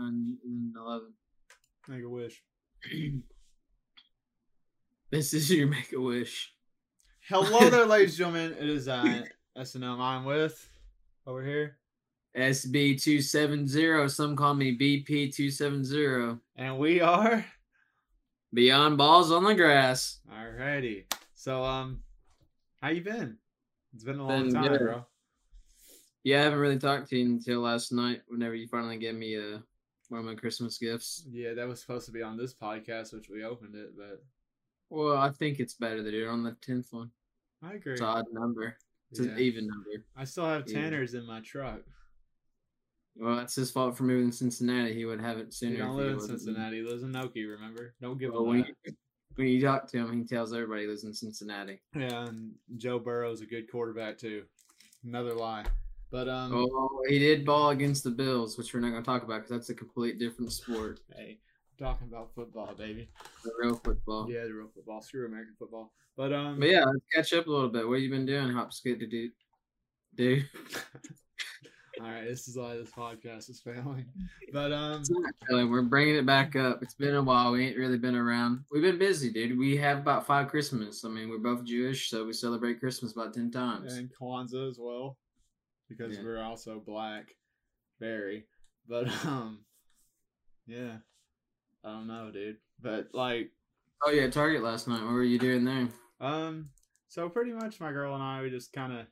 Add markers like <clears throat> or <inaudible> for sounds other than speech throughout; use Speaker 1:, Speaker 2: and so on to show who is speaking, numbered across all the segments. Speaker 1: on than eleven.
Speaker 2: Make a wish.
Speaker 1: <laughs> this is your make a wish.
Speaker 2: Hello <laughs> there, ladies and gentlemen. It is uh, I, SNL. I'm with over here,
Speaker 1: SB two seven zero. Some call me BP two seven zero.
Speaker 2: and we are
Speaker 1: Beyond balls on the grass.
Speaker 2: alrighty. So, um, how you been? It's been a long
Speaker 1: Been
Speaker 2: time,
Speaker 1: good.
Speaker 2: bro.
Speaker 1: Yeah, I haven't really talked to you until last night. Whenever you finally gave me uh, one of my Christmas gifts.
Speaker 2: Yeah, that was supposed to be on this podcast, which we opened it, but
Speaker 1: Well, I think it's better to do it on the tenth one.
Speaker 2: I agree.
Speaker 1: It's an odd number. It's
Speaker 2: Yeah.
Speaker 1: an even number.
Speaker 2: I still have
Speaker 1: Yeah.
Speaker 2: tanners in my truck.
Speaker 1: Well, that's his fault for moving to Cincinnati. He would have it
Speaker 2: He
Speaker 1: sooner.
Speaker 2: don't
Speaker 1: if
Speaker 2: live in
Speaker 1: wasn't moving.
Speaker 2: Cincinnati. He lives in Noki. Remember? Don't give
Speaker 1: Well,
Speaker 2: him
Speaker 1: when,
Speaker 2: that.
Speaker 1: you, when you talk to him, he tells everybody he lives in Cincinnati.
Speaker 2: Yeah, and Joe Burrow's a good quarterback too. Another lie, but um,
Speaker 1: oh, he did ball against the Bills, which we're not going to talk about because that's a complete different sport.
Speaker 2: hey, talking about football, baby.
Speaker 1: The real football.
Speaker 2: Yeah, the real football. Screw American football. But um,
Speaker 1: But yeah, let's catch up a little bit. What have you been doing, Hopskit? Did you do?
Speaker 2: all right, this is why this podcast is failing. <laughs> But um,
Speaker 1: It's not really. We're bringing it back up. It's been a while. We ain't really been around. We've been busy, dude. We have about five Christmas. I mean, we're both Jewish, so we celebrate Christmas about ten times.
Speaker 2: and Kwanzaa as well, because
Speaker 1: Yeah.
Speaker 2: we're also black, very. But <laughs> um, yeah, I don't know, dude. But like,
Speaker 1: Oh yeah, Target last night. What were you doing there?
Speaker 2: Um, so pretty much my girl and I, we just kind of, I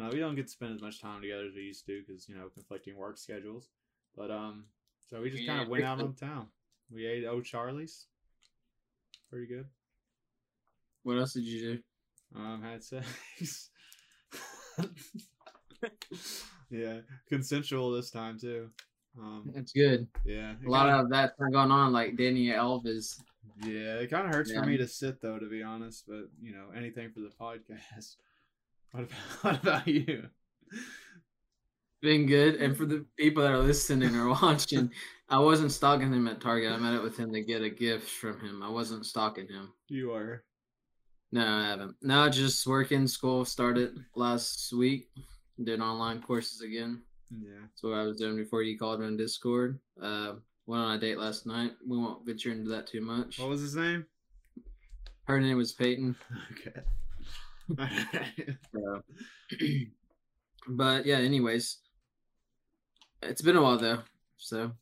Speaker 2: don't know, we don't get to spend as much time together as we used to because, you know, conflicting work schedules. But, um, so we just kind
Speaker 1: Yeah,
Speaker 2: of went out on
Speaker 1: basically.
Speaker 2: town. We ate O'Charlie's. Pretty good.
Speaker 1: What else did you do?
Speaker 2: Um, had sex. yeah, consensual this time too. Um,
Speaker 1: That's good.
Speaker 2: yeah, it
Speaker 1: A lot
Speaker 2: kinda-
Speaker 1: of that's not going on, like Danny Elvis.
Speaker 2: Yeah, it kind of hurts
Speaker 1: Yeah.
Speaker 2: for me to sit though, to be honest. But you know, anything for the podcast. <laughs> What about what about you?
Speaker 1: Been good.
Speaker 2: Mm-hmm.
Speaker 1: And for the people that are listening or <laughs> watching, I wasn't stalking him at Target. I met up with him to get a gift from him. I wasn't stalking him.
Speaker 2: You are.
Speaker 1: No, I haven't. No, just working. School started last week. Did online courses again.
Speaker 2: Yeah.
Speaker 1: That's what I was doing before you called me on Discord. Uh, went on a date last night. We won't venture into that too much.
Speaker 2: What was his name? <laughs>
Speaker 1: Her name was Peyton. <laughs>
Speaker 2: Okay. Alright.
Speaker 1: So. but yeah, anyways, it's been a while though, so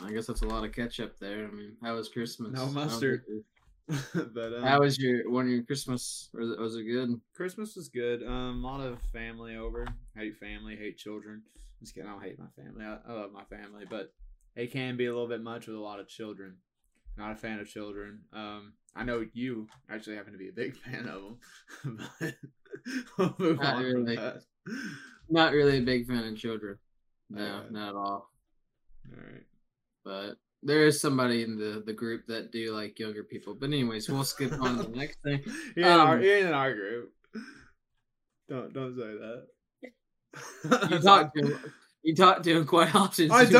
Speaker 1: I guess that's a lot of catch up there. I mean, how was Christmas?
Speaker 2: No
Speaker 1: How was
Speaker 2: mustard.
Speaker 1: your-
Speaker 2: <laughs> but um,
Speaker 1: How was your one of your Christmas? Was it, was it good?
Speaker 2: Christmas was good. Um, a lot of family over. Hate family. Hate children. Just kidding. I don't hate my family. I, I love my family, but it can be a little bit much with a lot of children. Not a fan of children. Um, I know you actually happen to be a big <laughs> fan of them. <laughs> but we'll move
Speaker 1: Not
Speaker 2: on from
Speaker 1: really.
Speaker 2: that.
Speaker 1: Not really a big fan of children. No,
Speaker 2: Yeah.
Speaker 1: not at all.
Speaker 2: All right.
Speaker 1: But there is somebody in the the group that do like younger people. But anyways, we'll skip on
Speaker 2: <laughs>
Speaker 1: to the next thing.
Speaker 2: He ain't, our,
Speaker 1: Um,
Speaker 2: he ain't in our group. Don't don't say that.
Speaker 1: You talk to him. You talk to him quite <laughs> often.
Speaker 2: <laughs>
Speaker 1: too,
Speaker 2: I
Speaker 1: like-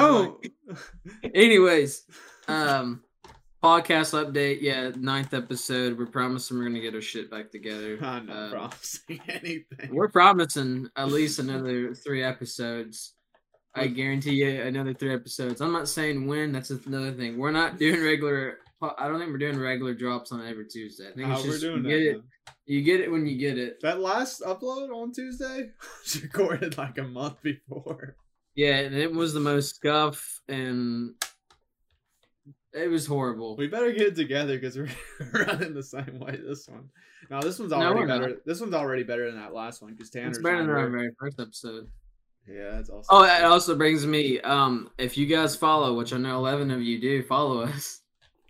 Speaker 2: don't.
Speaker 1: Anyways, um, <laughs> podcast update. Yeah, ninth episode. We're promising we're gonna get our shit back together.
Speaker 2: I'm not
Speaker 1: Um,
Speaker 2: promising <laughs> anything.
Speaker 1: We're promising at least another three episodes. I guarantee you another three episodes. I'm not saying when. That's another thing. We're not doing regular. I don't think we're doing regular drops on every Tuesday. I think
Speaker 2: How
Speaker 1: it's
Speaker 2: we're
Speaker 1: just
Speaker 2: doing
Speaker 1: you
Speaker 2: that.
Speaker 1: get it.
Speaker 2: now.
Speaker 1: You get it when you get it.
Speaker 2: That last upload on Tuesday <laughs> was recorded like a month before.
Speaker 1: Yeah, and it was the most scuff and it was horrible.
Speaker 2: We better get it together because we're <laughs> running the same way. This one. Now this one's
Speaker 1: No,
Speaker 2: already
Speaker 1: we're not.
Speaker 2: better. This one's already better than that last one because Tanner's.
Speaker 1: It's better than
Speaker 2: not
Speaker 1: our
Speaker 2: here.
Speaker 1: very first episode.
Speaker 2: Yeah, that's awesome.
Speaker 1: Oh, it also brings me. Um, if you guys follow, which I know eleven of you do, follow us.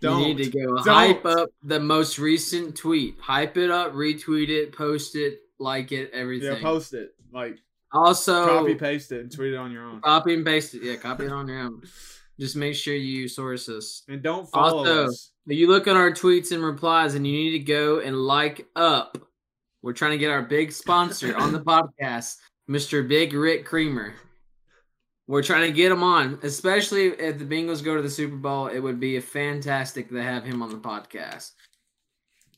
Speaker 2: Don't.
Speaker 1: You need to go
Speaker 2: Don't.
Speaker 1: hype up the most recent tweet. Hype it up, retweet it, post it, like it, everything. Oh.
Speaker 2: yeah, post it. Like
Speaker 1: also,
Speaker 2: copy
Speaker 1: copy,
Speaker 2: paste it and tweet it on your own.
Speaker 1: and paste it. Yeah, copy it on your own. Just make sure you source us.
Speaker 2: And don't follow
Speaker 1: Also-
Speaker 2: us.
Speaker 1: But you look at our tweets and replies, and you need to go and like up. We're trying to get our big sponsor
Speaker 2: <laughs>
Speaker 1: on the podcast, Mr. Big Rick Creamer. We're trying to get him on, especially if the Bengals go to the Super Bowl. It would be fantastic to have him on the podcast.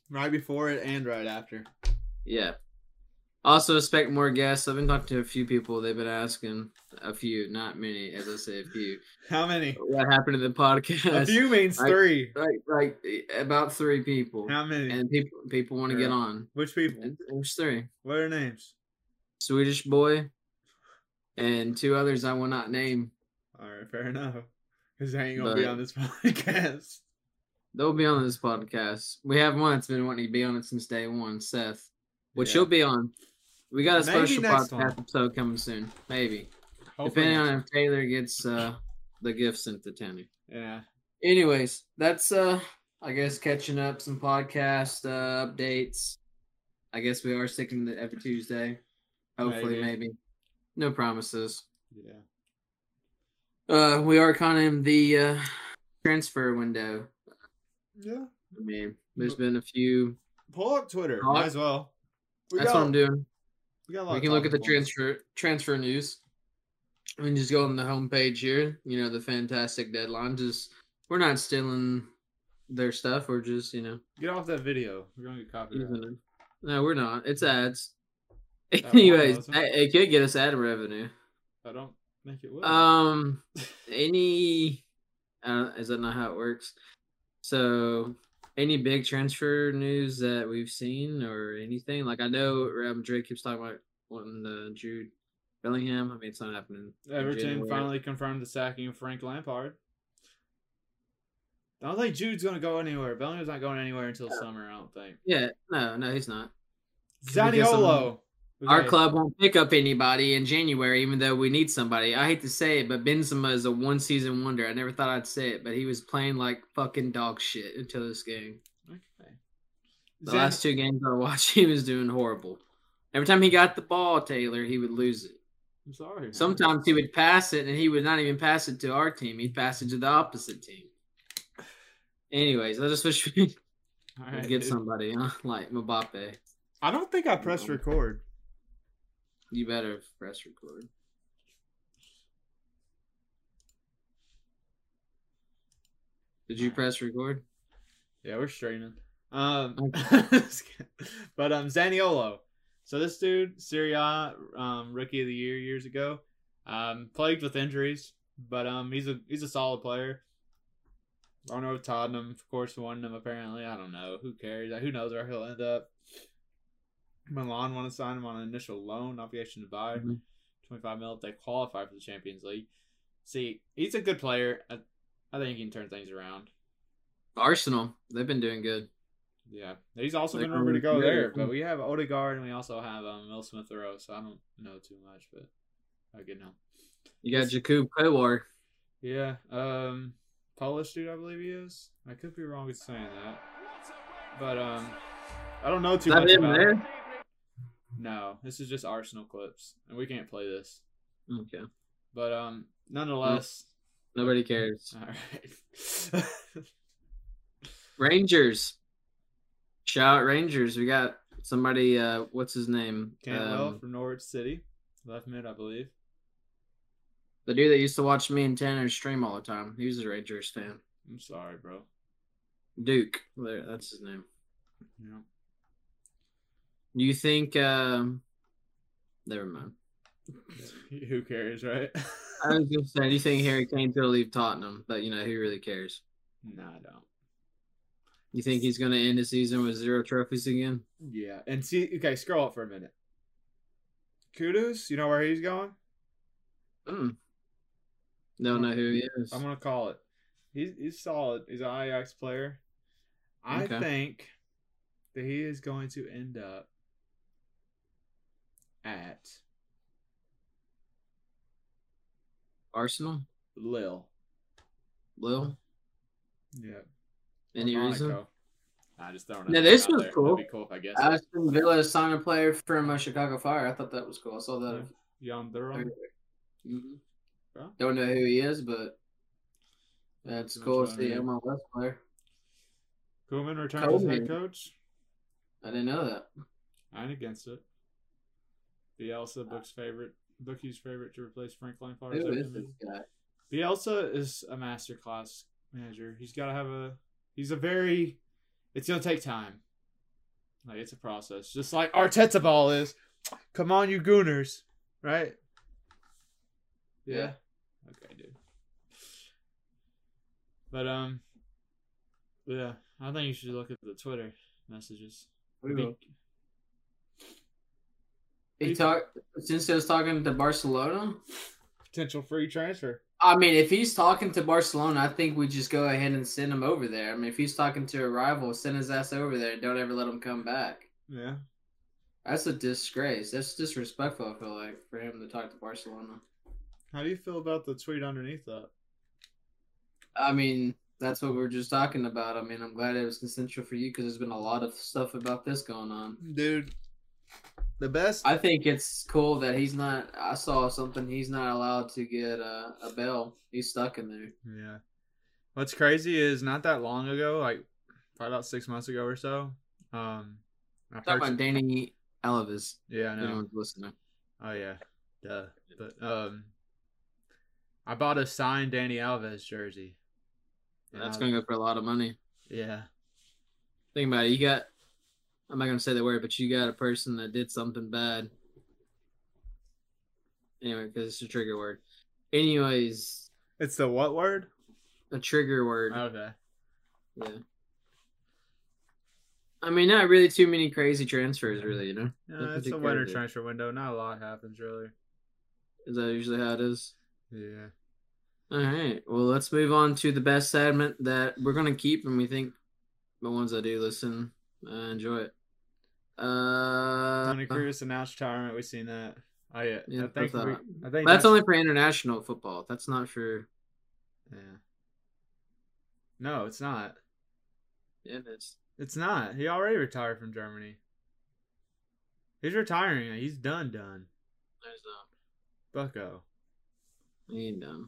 Speaker 2: Right before it and right after.
Speaker 1: Yeah. Also, expect more guests. I've been talking to a few people. They've been asking a few, not many, as I say, a few. <laughs>
Speaker 2: How many?
Speaker 1: What happened to the
Speaker 2: A
Speaker 1: podcast?
Speaker 2: few means
Speaker 1: I-
Speaker 2: three.
Speaker 1: <laughs> Like, like eh, about three people,
Speaker 2: How many?
Speaker 1: and people people want to get
Speaker 2: Sure.
Speaker 1: on.
Speaker 2: Which people?
Speaker 1: And There's three
Speaker 2: What are their names?
Speaker 1: Swedish boy, and two others I will not name.
Speaker 2: All right, fair enough. Because they ain't gonna be
Speaker 1: But-
Speaker 2: on this <laughs> podcast.
Speaker 1: They'll be on this podcast. We have one that's been wanting to be on it since day one, Seth, which
Speaker 2: Yeah.
Speaker 1: he'll be on. We got a
Speaker 2: Maybe
Speaker 1: special
Speaker 2: next
Speaker 1: podcast
Speaker 2: time.
Speaker 1: episode coming soon, maybe.
Speaker 2: Hopefully
Speaker 1: Depending
Speaker 2: not.
Speaker 1: on if Taylor gets uh, the gift sent to Tanner.
Speaker 2: yeah.
Speaker 1: Anyways, that's uh, I guess catching up some podcast uh, updates. I guess we are sticking to every Tuesday. Hopefully,
Speaker 2: Maybe.
Speaker 1: maybe. No promises.
Speaker 2: Yeah.
Speaker 1: Uh, we are kind of in the uh, transfer window.
Speaker 2: Yeah.
Speaker 1: I mean, there's been a few.
Speaker 2: Pull up Twitter.
Speaker 1: Oh,
Speaker 2: Might as well. We
Speaker 1: that's
Speaker 2: got-
Speaker 1: what I'm doing.
Speaker 2: We, got a lot
Speaker 1: we
Speaker 2: of
Speaker 1: can look at the
Speaker 2: talking points.
Speaker 1: transfer transfer news and just go on the homepage here. You know, the fantastic deadline. Just we're not stealing their stuff. We're just you know
Speaker 2: Get off that video. We're gonna get copyright.
Speaker 1: using it. No, we're not. It's ads.
Speaker 2: one
Speaker 1: <laughs> Anyways,
Speaker 2: wasn't.
Speaker 1: it it could get us ad revenue.
Speaker 2: I don't think it will.
Speaker 1: Um, any uh, is that not how it works? So, any big transfer news that we've seen or anything? Like I know um, Drake keeps talking about wanting uh, Jude Bellingham. I mean, it's not happening. in
Speaker 2: Everton
Speaker 1: January.
Speaker 2: finally confirmed the sacking of Frank Lampard. I don't think Jude's gonna go anywhere. Bellingham's not going anywhere until summer. I don't think.
Speaker 1: Yeah, no, no, he's not. Because,
Speaker 2: Zaniolo.
Speaker 1: Our
Speaker 2: Okay.
Speaker 1: club won't pick up anybody in January, even though we need somebody. I hate to say it, but Benzema is a one-season wonder. I never thought I'd say it, but he was playing like fucking dog shit until this game.
Speaker 2: Okay.
Speaker 1: The
Speaker 2: Zan-
Speaker 1: last two games I watched, <laughs> he was doing horrible. Every time he got the ball, Taylor, he would lose it.
Speaker 2: I'm sorry. man.
Speaker 1: Sometimes he would pass it, and he would not even pass it to our team. He'd pass it to the opposite team. Anyways, I just wish we <laughs>
Speaker 2: All
Speaker 1: could
Speaker 2: right,
Speaker 1: get
Speaker 2: dude.
Speaker 1: somebody huh? <laughs> like Mbappe.
Speaker 2: I don't think I pressed record.
Speaker 1: You better press record. Did you press record?
Speaker 2: Yeah, we're streaming. Um, <laughs>
Speaker 1: Okay.
Speaker 2: but um, Zaniolo. So this dude, Syria, um, rookie of the year years ago, um, plagued with injuries, but um, he's a he's a solid player. I don't know if Tottenham, of course, wanted him. Apparently, I don't know. Who cares? Who knows where he'll end up? Milan want to sign him on an initial loan obligation to buy.
Speaker 1: Mhm.
Speaker 2: 25 mil if they qualify for the Champions League. See, he's a good player. I, I think he can turn things around.
Speaker 1: Arsenal, they've been doing good.
Speaker 2: Yeah, he's also
Speaker 1: Like,
Speaker 2: been rumored to
Speaker 1: um,
Speaker 2: go
Speaker 1: yeah,
Speaker 2: there,
Speaker 1: um,
Speaker 2: but we have Odegaard and we also have um, Will Smith Rowe, so I don't know too much, but I can know.
Speaker 1: You got
Speaker 2: Yes.
Speaker 1: Jakub Kowar.
Speaker 2: Yeah, um, Polish dude, I believe he is. I could be wrong with saying that, but um, I don't know too
Speaker 1: Is that
Speaker 2: much
Speaker 1: him
Speaker 2: about.
Speaker 1: there?
Speaker 2: It. No, this is just Arsenal clips, and we can't play this.
Speaker 1: Okay.
Speaker 2: But um, nonetheless,
Speaker 1: Nobody cares.
Speaker 2: all right. <laughs>
Speaker 1: Rangers. Shout out Rangers. We got somebody uh what's his name?
Speaker 2: Cantwell
Speaker 1: Um,
Speaker 2: from Norwich City, left mid, I believe.
Speaker 1: the dude that used to watch me and Tanner stream all the time. He was a Rangers fan.
Speaker 2: I'm sorry, bro.
Speaker 1: Duke. There, that's his name.
Speaker 2: Yeah.
Speaker 1: Do you think um never mind. <laughs>
Speaker 2: <laughs> Who cares, right?
Speaker 1: I
Speaker 2: <laughs>
Speaker 1: was gonna say, do you think Harry Kane's gonna leave Tottenham? But you know, who really cares?
Speaker 2: no, I don't.
Speaker 1: You think he's gonna end the season with zero trophies again?
Speaker 2: Yeah, and see, okay, scroll up for a minute. Kudos, you know where he's going?
Speaker 1: Mm. Don't know who he is.
Speaker 2: Hmm. I'm gonna call it. He's he's solid. He's an Ajax player. I
Speaker 1: Okay.
Speaker 2: think that he is going to end up at
Speaker 1: Arsenal?
Speaker 2: Lille.
Speaker 1: Lil?
Speaker 2: Yeah. or
Speaker 1: Any reason?
Speaker 2: Monaco. I just don't
Speaker 1: Now,
Speaker 2: know.
Speaker 1: this was cool.
Speaker 2: That'd be cool if I guess.
Speaker 1: Aston Villa signed a player from uh, Chicago Fire. I thought that was cool. I saw that.
Speaker 2: Jan Durham.
Speaker 1: Mhm.
Speaker 2: Bro.
Speaker 1: Don't know who he is, but that's
Speaker 2: Not
Speaker 1: cool.
Speaker 2: sure I
Speaker 1: See
Speaker 2: either.
Speaker 1: MLS player.
Speaker 2: Kuhlman returns as
Speaker 1: Coleman.
Speaker 2: head coach.
Speaker 1: I didn't know that.
Speaker 2: I'm against it. Bielsa, book's favorite, bookie's favorite to replace Frank Lampard.
Speaker 1: Who
Speaker 2: Is
Speaker 1: is
Speaker 2: Everton
Speaker 1: this guy?
Speaker 2: man. Bielsa is a masterclass manager. He's got to have a. He's a very. It's gonna take time. Like it's a process, just like Arteta ball is. Come on, you gooners. Right? Yeah.
Speaker 1: Yeah.
Speaker 2: Okay, dude. But um Yeah, I think you should look at the Twitter messages. Be-
Speaker 1: He talked since he was talking to Barcelona.
Speaker 2: Potential free transfer.
Speaker 1: I mean, if he's talking to Barcelona, I think we just go ahead and send him over there. I mean, if he's talking to a rival, send his ass over there. Don't ever let him come back.
Speaker 2: Yeah.
Speaker 1: That's a disgrace. That's disrespectful. I feel like for him to talk to Barcelona.
Speaker 2: How do you feel about the tweet underneath that?
Speaker 1: I mean, that's what we were just talking about. I mean, I'm glad it was consensual for you because there's been a lot of stuff about this going on.
Speaker 2: Dude. The best
Speaker 1: I think it's cool that he's not. I saw something. He's not allowed to get a, a bell. He's stuck in there.
Speaker 2: Yeah. What's crazy is not that long ago, like probably about six months ago or so. Um, I
Speaker 1: Talking about Danny Alves.
Speaker 2: yeah, I know.
Speaker 1: Anyone's listening.
Speaker 2: Oh yeah, duh. But um, I bought a signed Danny Alves jersey. And
Speaker 1: That's
Speaker 2: I-
Speaker 1: going to go for a lot of money.
Speaker 2: Yeah,
Speaker 1: Think about it. You got. I'm not going to say the word, but you got a person that did something bad. Anyway, because it's a trigger word. Anyways,
Speaker 2: it's the what word?
Speaker 1: a trigger word.
Speaker 2: Okay.
Speaker 1: Yeah. I mean, not really too many crazy transfers, really. You know,
Speaker 2: Yeah, it's
Speaker 1: pretty
Speaker 2: a winter
Speaker 1: good.
Speaker 2: transfer window. Not a lot happens really.
Speaker 1: is that usually how it is?
Speaker 2: Yeah.
Speaker 1: All right. Well, let's move on to the best segment that we're gonna keep, and we think the ones that do listen uh, enjoy it. Uh,
Speaker 2: Tony Cruz announced retirement. We seen that. Oh yeah.
Speaker 1: Yeah,
Speaker 2: I think
Speaker 1: that's all
Speaker 2: we, I
Speaker 1: right.
Speaker 2: think
Speaker 1: that's only for international football. That's not for.
Speaker 2: Yeah. No, it's not.
Speaker 1: Yeah, it is.
Speaker 2: It's not. He already retired from Germany. He's retiring. He's done. Done.
Speaker 1: There's no.
Speaker 2: Bucko.
Speaker 1: You know.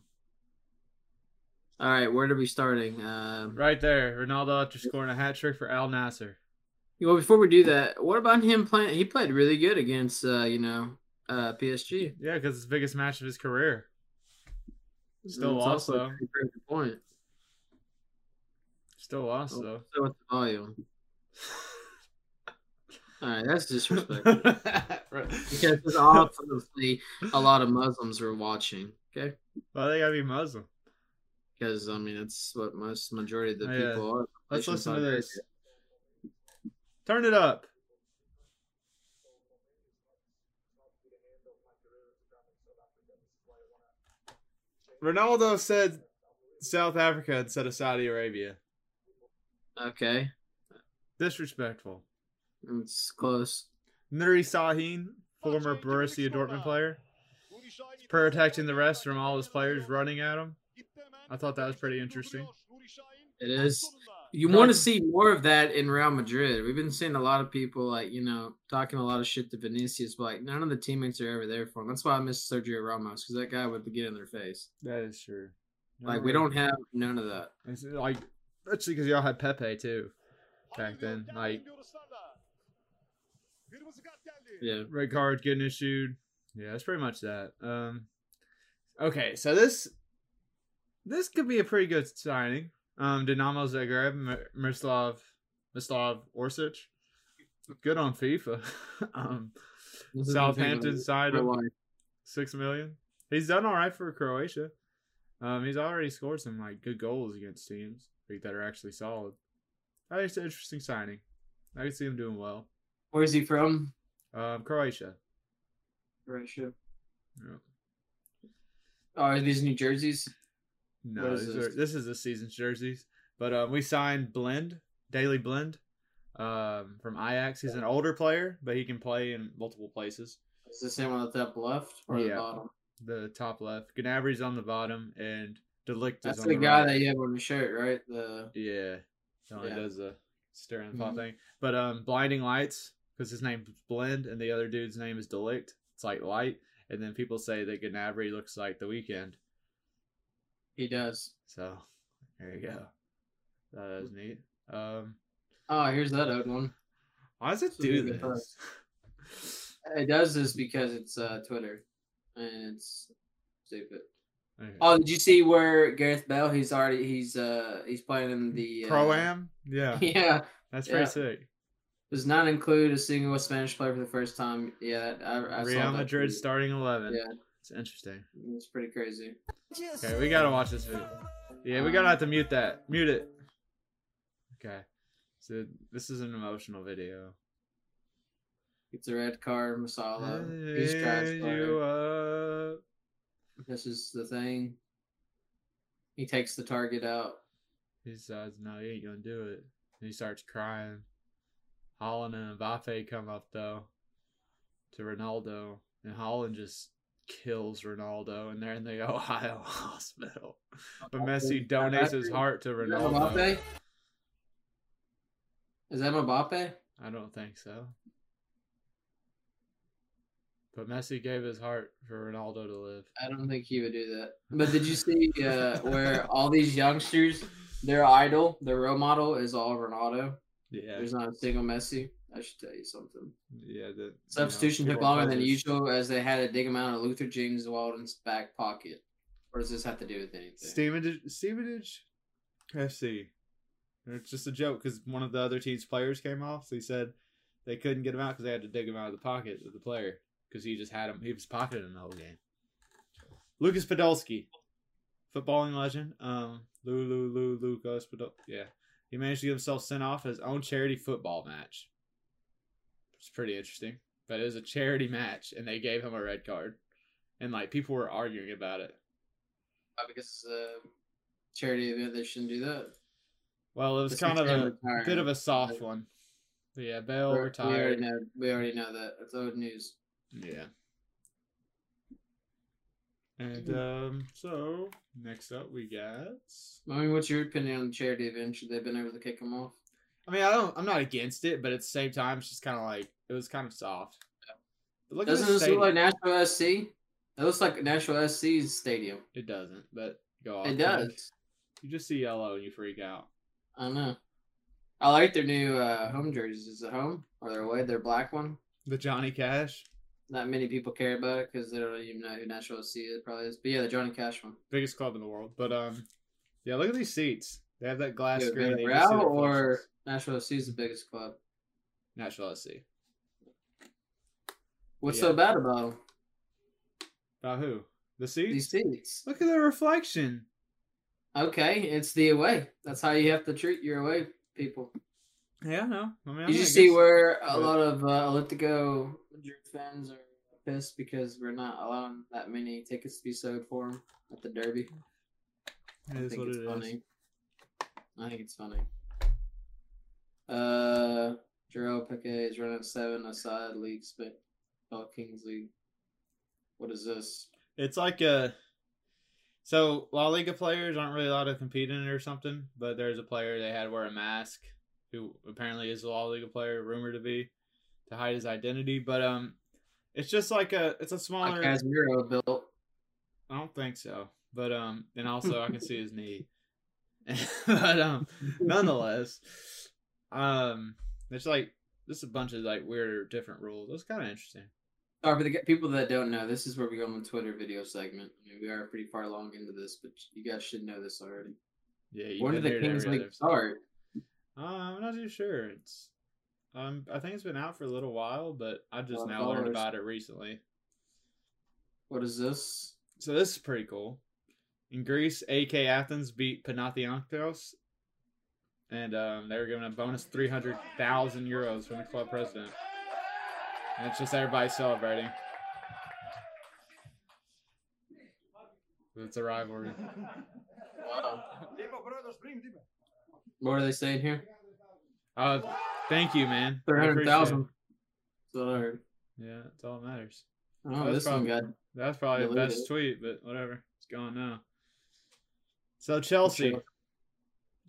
Speaker 1: All right, where are we starting? Um,
Speaker 2: Right there, Ronaldo after scoring a hat trick for Al Nasser.
Speaker 1: Well, before we do that, what about him playing? He played really good against, uh, you know, uh, PSG.
Speaker 2: Yeah, because it's the biggest match of his career. Still
Speaker 1: That's
Speaker 2: lost
Speaker 1: also
Speaker 2: though.
Speaker 1: a pretty good point.
Speaker 2: Still lost though.
Speaker 1: So what's the
Speaker 2: <laughs>
Speaker 1: volume? All right, that's
Speaker 2: <laughs>
Speaker 1: disrespectful. because there's
Speaker 2: well,
Speaker 1: obviously a lot of Muslims are watching. Okay,
Speaker 2: they gotta be Muslim.
Speaker 1: because I mean that's what most majority of the
Speaker 2: Oh, yeah.
Speaker 1: people are.
Speaker 2: Let's
Speaker 1: Malaysian
Speaker 2: listen to
Speaker 1: Saudi Arabia.
Speaker 2: this. Turn it up. Ronaldo said South Africa instead of Saudi Arabia.
Speaker 1: Okay,
Speaker 2: Disrespectful.
Speaker 1: it's close.
Speaker 2: Nuri Sahin, former Borussia Dortmund player, protecting the rest from all his players running at him.
Speaker 3: I thought that was pretty interesting.
Speaker 1: It is. You want to see more of that in Real Madrid. We've been seeing a lot of people like you know talking a lot of shit to Vinicius, but like none of the teammates are ever there for him. That's why I miss Sergio Ramos because that guy would get in their face.
Speaker 2: That is true. Oh,
Speaker 1: Like we don't have none of that.
Speaker 2: It's like actually because y'all had Pepe too, back then, like-
Speaker 1: Yeah,
Speaker 2: red card getting issued. Yeah, that's pretty much that. Um, okay, so this this could be a pretty good signing. Um, Dinamo Zagreb, M- Miroslav Miroslav Orsic, good on FIFA. <laughs> um,
Speaker 1: This is
Speaker 2: Southampton
Speaker 1: the
Speaker 2: side
Speaker 1: thing,
Speaker 2: of
Speaker 1: like,
Speaker 2: six million. He's done all right for Croatia. Um, he's already scored some like good goals against teams like, that are actually solid. I think it's an interesting signing. I can see him doing well.
Speaker 1: Where's he from?
Speaker 2: Um, Croatia.
Speaker 1: Russia.
Speaker 2: Yeah.
Speaker 1: Oh, are these New Jerseys? What
Speaker 2: No,
Speaker 1: is
Speaker 2: these
Speaker 1: this?
Speaker 2: are this is the season's jerseys. But um, we signed Blend Daily Blend um, from Ajax. He's an older player, but he can play in multiple places.
Speaker 1: Is the same one at the top left or the
Speaker 2: Yeah.
Speaker 1: bottom?
Speaker 2: The top left, Gnabry's on the bottom, and Delict
Speaker 1: That's
Speaker 2: is on
Speaker 1: the,
Speaker 2: the
Speaker 1: guy
Speaker 2: right.
Speaker 1: that you have on the shirt, right? The
Speaker 2: Yeah. No, he
Speaker 1: Yeah.
Speaker 2: does uh, the staring the
Speaker 1: Mhm.
Speaker 2: thing. But um, blinding lights because his name's Blend and the other dude's name is Delict. It's like light, and then people say that Gnabry looks like the weekend.
Speaker 1: he does.
Speaker 2: So there you go. That is neat. Um,
Speaker 1: Oh, here's that old one.
Speaker 2: why does it
Speaker 1: So
Speaker 2: do
Speaker 1: we can
Speaker 2: this?
Speaker 1: <laughs> It does this because it's uh, Twitter, and it's stupid.
Speaker 2: Okay.
Speaker 1: Oh, did you see where Gareth Bell? He's already he's uh he's playing in the uh,
Speaker 2: Pro am, yeah,
Speaker 1: <laughs> Yeah,
Speaker 2: that's pretty
Speaker 1: Yeah.
Speaker 2: sick.
Speaker 1: Does not include a single Spanish player for the first time. Yeah, that, I, I saw
Speaker 2: Real
Speaker 1: that
Speaker 2: Madrid
Speaker 1: tweet.
Speaker 2: starting eleven.
Speaker 1: Yeah.
Speaker 2: It's interesting.
Speaker 1: It's pretty crazy.
Speaker 2: Okay, we gotta watch this video. Yeah, we
Speaker 1: Um,
Speaker 2: gotta have to mute that.
Speaker 1: <laughs>
Speaker 2: Mute it. Okay. So this is an emotional video.
Speaker 1: It's a red card, Masala. He's trash.
Speaker 2: Raise
Speaker 1: player.
Speaker 2: you up.
Speaker 1: This is the thing. He takes the target out.
Speaker 2: He decides, no, you ain't gonna do it. And he starts crying. Holland and Mbappe come up though to Ronaldo, and Holland just kills Ronaldo, and they're in the <laughs> Ohio
Speaker 1: <laughs>
Speaker 2: hospital. But Messi donates his heart to
Speaker 1: Is that
Speaker 2: Ronaldo.
Speaker 1: Mbappe? Is that Mbappe?
Speaker 2: I don't think so. But Messi gave his heart for Ronaldo to live.
Speaker 1: I don't think he would do that. But did you see uh, where all these youngsters, their idol, their role model is all Ronaldo?
Speaker 2: Yeah,
Speaker 1: There's not a single Messi. I should tell you something.
Speaker 2: yeah. The,
Speaker 1: Substitution took longer than usual as they had a big amount of Luther James Walden's back pocket. What does this have to do with anything?
Speaker 2: Stevenage, Stevenage FC. It's just a joke because one of the other team's players came off. So he said they couldn't get him out because they had to dig him out of the pocket of the player because he just had him. He was pocketing him the whole game. Lucas Podolski, footballing legend. Um, Lulu, Lulu, Lucas Podol. Yeah, he managed to get himself sent off at his own charity football match. It's pretty interesting, but it was a charity match, and they gave him a red card, and like people were arguing about it.
Speaker 1: Why? Because it's a um, charity event, they shouldn't do that.
Speaker 2: Well, it was
Speaker 1: This
Speaker 2: kind of
Speaker 1: is
Speaker 2: a
Speaker 1: retiring.
Speaker 2: bit of a soft one. But yeah, Bale
Speaker 1: We- We already
Speaker 2: retired.
Speaker 1: know, we already know that. It's old news.
Speaker 2: Yeah. And um, so next up we got.
Speaker 1: I mean, what's your opinion on the charity event? Should they have been able to kick them off?
Speaker 2: I mean, I don't. I'm not against it, but at the same time, it's just kind of like it was kind of soft. But look
Speaker 1: Doesn't
Speaker 2: at this
Speaker 1: this look
Speaker 2: stadium.
Speaker 1: like Nashville SC? It looks like Nashville SC's stadium.
Speaker 2: it doesn't, but go off.
Speaker 1: It does.
Speaker 2: You just see yellow and you freak out.
Speaker 1: I don't know. I like their new uh, home jerseys. Is it home or their away? Their black one.
Speaker 2: The Johnny Cash,
Speaker 1: Not many people care about it because they don't even know who Nashville SC is, probably is. But yeah, the Johnny Cash one.
Speaker 2: biggest club in the world. But um, yeah, look at these seats. They have that glass
Speaker 1: Dude,
Speaker 2: screen. that you can see
Speaker 1: Real
Speaker 2: the
Speaker 1: or
Speaker 2: fixtures.
Speaker 1: Nashville SC is the biggest club.
Speaker 2: Nashville SC.
Speaker 1: What's
Speaker 2: Yeah.
Speaker 1: so bad about 'em?
Speaker 2: About who? The seats.
Speaker 1: These seats.
Speaker 2: Look at the reflection.
Speaker 1: Okay, it's the away. That's how you have to treat your away people.
Speaker 2: Yeah, I know. I mean, I'm
Speaker 1: Did you
Speaker 2: not
Speaker 1: see
Speaker 2: against-
Speaker 1: where a
Speaker 2: but-
Speaker 1: lot of uh, Olympico Madrid fans are pissed because we're not allowing that many tickets to be sold for them at the Derby?
Speaker 2: It is what it is.
Speaker 1: I think it's funny. Uh, Gerald Piquet is running seven aside leagues, but oh, Kings League. What is this?
Speaker 2: It's like a. So La Liga players aren't really allowed to compete in it or something, but there's a player they had wear a mask, who apparently is a La Liga player, rumored to be, to hide his identity. But um, it's just like a it's a
Speaker 1: Like
Speaker 2: smaller.
Speaker 1: Casemiro built.
Speaker 2: I don't think so. But um, and also I can see his knee. <laughs> but um, nonetheless, um, it's like this is a bunch of like weird different rules. It's kind of interesting.
Speaker 1: Sorry for the g- people that don't know. This is where we go on the Twitter video segment. I mean, we are pretty far along into this, but you guys should know this already.
Speaker 2: Yeah, you
Speaker 1: When
Speaker 2: can
Speaker 1: did the
Speaker 2: hear it
Speaker 1: Kings
Speaker 2: every
Speaker 1: League
Speaker 2: other-
Speaker 1: start?
Speaker 2: Uh, I'm not too sure. It's um, I think it's been out for a little while, but I just
Speaker 1: Well,
Speaker 2: now learned
Speaker 1: followers.
Speaker 2: about it recently.
Speaker 1: What is this?
Speaker 2: So this is pretty cool. In Greece, AK Athens beat Panathinaikos, and um, they were given a bonus 300,000 euros from the club president. And it's just everybody celebrating. It's a rivalry.
Speaker 1: What are they saying here?
Speaker 2: Uh, thank you, man. I
Speaker 1: Three hundred
Speaker 2: appreciate
Speaker 1: thousand. So I heard.
Speaker 2: it. Yeah, that's all that matters.
Speaker 1: Oh,
Speaker 2: That's
Speaker 1: this one
Speaker 2: probably-
Speaker 1: got
Speaker 2: That's probably the
Speaker 1: Delete
Speaker 2: best
Speaker 1: it.
Speaker 2: tweet, but whatever. It's gone now. So Chelsea,
Speaker 1: Sure.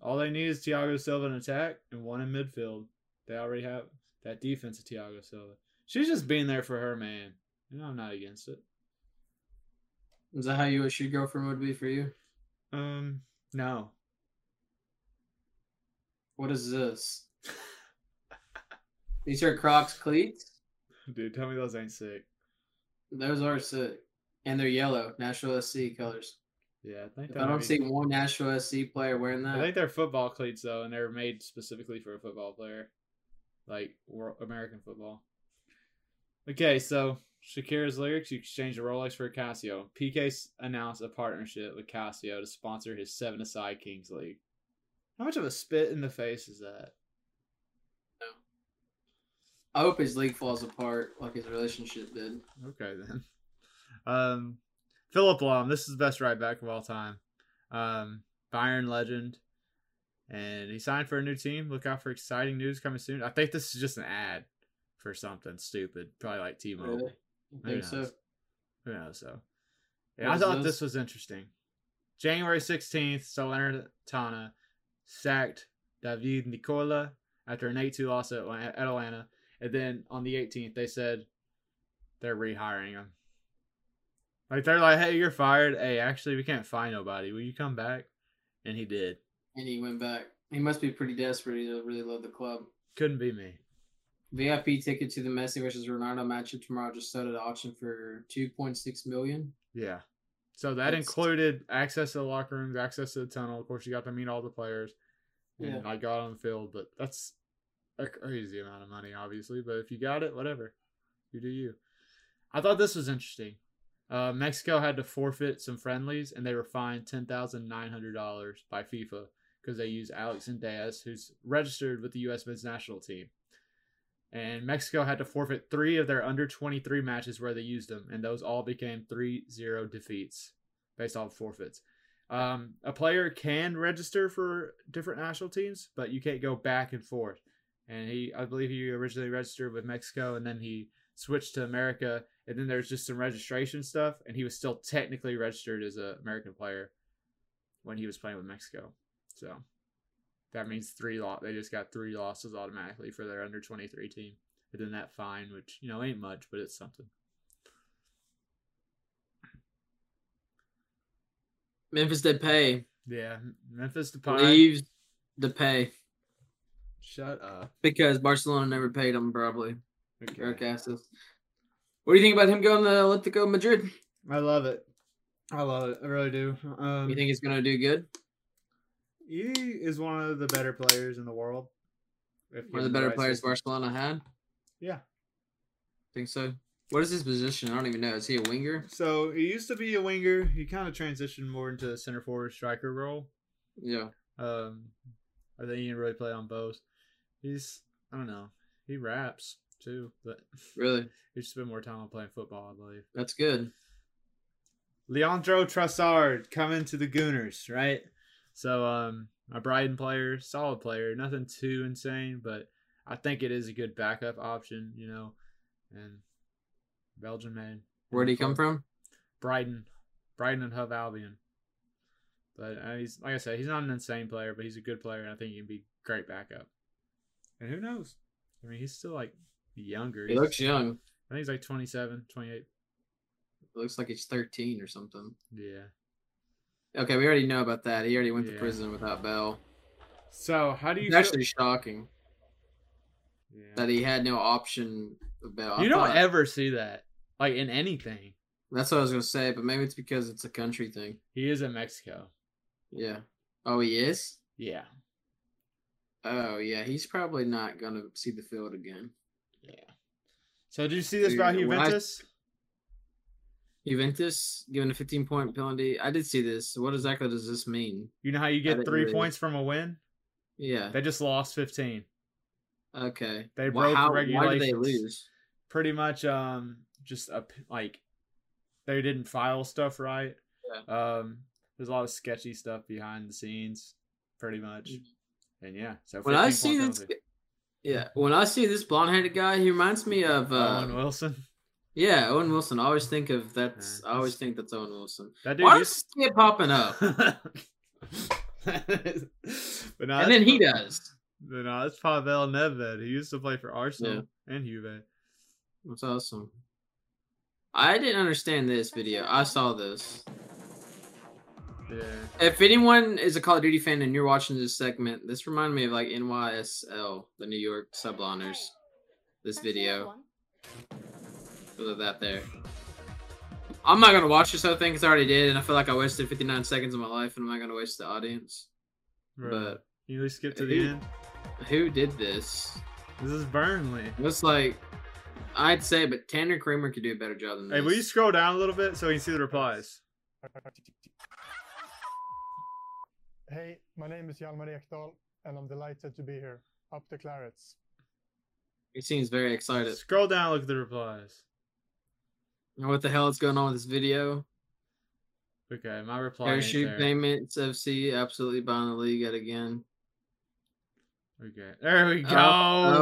Speaker 2: all they need is Thiago Silva in attack and one in midfield. They already have that defense of Thiago Silva. She's just being there for her man. You know, I'm not against it.
Speaker 1: Is that how you wish your girlfriend would be for you?
Speaker 2: Um, no.
Speaker 1: What is
Speaker 2: <laughs>
Speaker 1: this? These are Crocs cleats.
Speaker 2: Dude, tell me those ain't sick.
Speaker 1: Those are sick, and they're yellow, Nashville SC colors.
Speaker 2: Yeah, I think
Speaker 1: If
Speaker 2: that
Speaker 1: I
Speaker 2: might
Speaker 1: don't
Speaker 2: be-
Speaker 1: see one Nashville SC player wearing
Speaker 2: I
Speaker 1: that,
Speaker 2: think they're football cleats though, and they're made specifically for a football player. like world, American football. Okay, so Shakira's lyrics: You exchange a Rolex for a Casio. PK s- announced a partnership with Casio to sponsor his seven-a-side Kings League. How much of a spit in the face is that?
Speaker 1: I hope his league falls apart like his relationship did.
Speaker 2: Okay then. <laughs> Um, Philip Lom, this is the best right back of all time. Um, Byron legend, and he signed for a new team. Look out for exciting news coming soon. I think this is just an ad for something stupid, probably like T-Mobile.
Speaker 1: Really? I
Speaker 2: Who
Speaker 1: think
Speaker 2: knows?
Speaker 1: so.
Speaker 2: Who knows? So,
Speaker 1: What
Speaker 2: yeah, I
Speaker 1: is
Speaker 2: thought
Speaker 1: this?
Speaker 2: this was interesting. January sixteenth, Salernitana sacked David Nicola after an eight-two loss at Atla- at Atlanta, and then on the eighteenth, they said they're rehiring him. Like they're like, "Hey, you're fired. Hey, actually, we can't find nobody. Will you come back?" And he did.
Speaker 1: And he went back. He must be pretty desperate to really love the club.
Speaker 2: Couldn't be me.
Speaker 1: VIP ticket to the Messi versus Ronaldo matchup tomorrow just sold at auction for two point six million.
Speaker 2: Yeah. So that
Speaker 1: That's-
Speaker 2: included access to the locker rooms, access to the tunnel. Of course, you got to meet all the players, and I got on the field. But that's a crazy amount of money, obviously. But if you got it, whatever, you do you. I thought this was interesting. Uh, Mexico had to forfeit some friendlies, and they were fined ten thousand nine hundred dollars by FIFA because they used Alex Diaz, who's registered with the U.S. men's national team. And Mexico had to forfeit three of their under 23 matches where they used them, and those all became 3 0 defeats based off forfeits. Um, a player can register for different national teams, but you can't go back and forth. And he, I believe he originally registered with Mexico, and then he switched to America, and then there's just some registration stuff, and he was still technically registered as an American player when he was playing with Mexico. So that means three lot. They just got three losses automatically for their under twenty three team. But then that fine, which you know ain't much, but it's something.
Speaker 1: Memphis Depay
Speaker 2: Yeah, Memphis Depay.
Speaker 1: leaves Depay
Speaker 2: Shut up.
Speaker 1: because Barcelona never paid him probably.
Speaker 2: Okay.
Speaker 1: Eric Casas. What do you think about him going to Olympico Madrid?
Speaker 2: I love it. I love it. I really do. Um,
Speaker 1: You think he's gonna do good?
Speaker 2: he is one of the better players in the world. If
Speaker 1: One of
Speaker 2: given
Speaker 1: the better
Speaker 2: right
Speaker 1: players
Speaker 2: system.
Speaker 1: Barcelona had.
Speaker 2: Yeah.
Speaker 1: Think so. What is his position? I don't even know. Is he a winger?
Speaker 2: So he used to be a winger. He kind of transitioned more into the center forward striker role.
Speaker 1: Yeah.
Speaker 2: Um, I think he can really play on both. He's I don't know. He raps too, but
Speaker 1: Really?
Speaker 2: he should spend more time on playing football, I believe.
Speaker 1: That's good.
Speaker 2: Leandro Trossard coming to the Gooners, right? So um, a Brighton player, solid player, nothing too insane, but I think it is a good backup option, you know. And Belgian man.
Speaker 1: Where'd he come from?
Speaker 2: Brighton, Brighton and Hove Albion. But uh, he's like I said, he's not an insane player, but he's a good player, and I think he can be great backup. And who knows? I mean, he's still like younger.
Speaker 1: He
Speaker 2: He's-
Speaker 1: looks young.
Speaker 2: I think he's like 27, 28.
Speaker 1: looks like he's 13 or something.
Speaker 2: Yeah.
Speaker 1: Okay, we already know about that. He already went to
Speaker 2: Yeah.
Speaker 1: prison without bail.
Speaker 2: So how do you
Speaker 1: It's actually shocking
Speaker 2: feel- Yeah.
Speaker 1: that he had no option of bail. I
Speaker 2: You don't
Speaker 1: thought-
Speaker 2: ever see that like in anything.
Speaker 1: That's what I was gonna say, but maybe it's because it's a country thing.
Speaker 2: He is in Mexico.
Speaker 1: Yeah. Oh, he is.
Speaker 2: Yeah.
Speaker 1: Oh, yeah. He's probably not gonna see the field again.
Speaker 2: Yeah. So did you see this about
Speaker 1: Dude, when I-
Speaker 2: Juventus?
Speaker 1: Juventus given a 15 point penalty. I did see this. What exactly does this mean?
Speaker 2: You know how you
Speaker 1: I
Speaker 2: get
Speaker 1: didn't
Speaker 2: three
Speaker 1: read it.
Speaker 2: points from a win?
Speaker 1: Yeah.
Speaker 2: They just lost fifteen.
Speaker 1: Okay.
Speaker 2: They
Speaker 1: Wha-
Speaker 2: broke the
Speaker 1: how, Why did they
Speaker 2: regulations.
Speaker 1: lose?
Speaker 2: Pretty much, um, just a p like they didn't file stuff right. Um, there's a lot of sketchy stuff behind the scenes, pretty much.
Speaker 1: Mhm.
Speaker 2: And yeah, so
Speaker 1: When I
Speaker 2: 15
Speaker 1: see
Speaker 2: point
Speaker 1: this,
Speaker 2: penalty.
Speaker 1: yeah. When I see this blonde headed guy, he reminds me of uh,
Speaker 2: Owen Wilson,
Speaker 1: yeah, Owen Wilson. I always think of that's.
Speaker 2: Yeah,
Speaker 1: I always
Speaker 2: that's-
Speaker 1: think that's Owen Wilson.
Speaker 2: that dude.
Speaker 1: Why
Speaker 2: he's-
Speaker 1: does this kid popping
Speaker 2: <laughs>
Speaker 1: up?
Speaker 2: but no,
Speaker 1: and then
Speaker 2: that's-
Speaker 1: he does.
Speaker 2: No, no, it's Pavel Nedved. He used to play for Arsenal and Juve.
Speaker 1: That's awesome. I didn't understand this video. I saw this.
Speaker 2: Yeah.
Speaker 1: If anyone is a Call of Duty fan and you're watching this segment, this reminded me of like NYSL, the New York Sub Honors. This video. Look at that there. I'm not gonna watch this whole thing because I already did, and I feel like I wasted 59 seconds of my life, and I'm not gonna waste the audience.
Speaker 2: Right.
Speaker 1: But
Speaker 2: Can you at least skip to
Speaker 1: He-
Speaker 2: the end?
Speaker 1: who did this?
Speaker 2: This is Burnley.
Speaker 1: It's like I'd say, but Tanner Kramer could do a better job than
Speaker 2: Hey, will you
Speaker 1: this.
Speaker 2: scroll down a little bit so we can see the replies?
Speaker 4: Hey, my name is Hjalmar Ekdal, and I'm delighted to be here. Up the Clarets.
Speaker 1: He seems very excited.
Speaker 2: Scroll down, look at the replies.
Speaker 1: Now, What the hell is going on with this video?
Speaker 2: Okay, my reply ain't
Speaker 1: Parachute
Speaker 2: there.
Speaker 1: payments FC absolutely buying the league yet again.
Speaker 2: Okay, there we
Speaker 1: Up-
Speaker 2: go.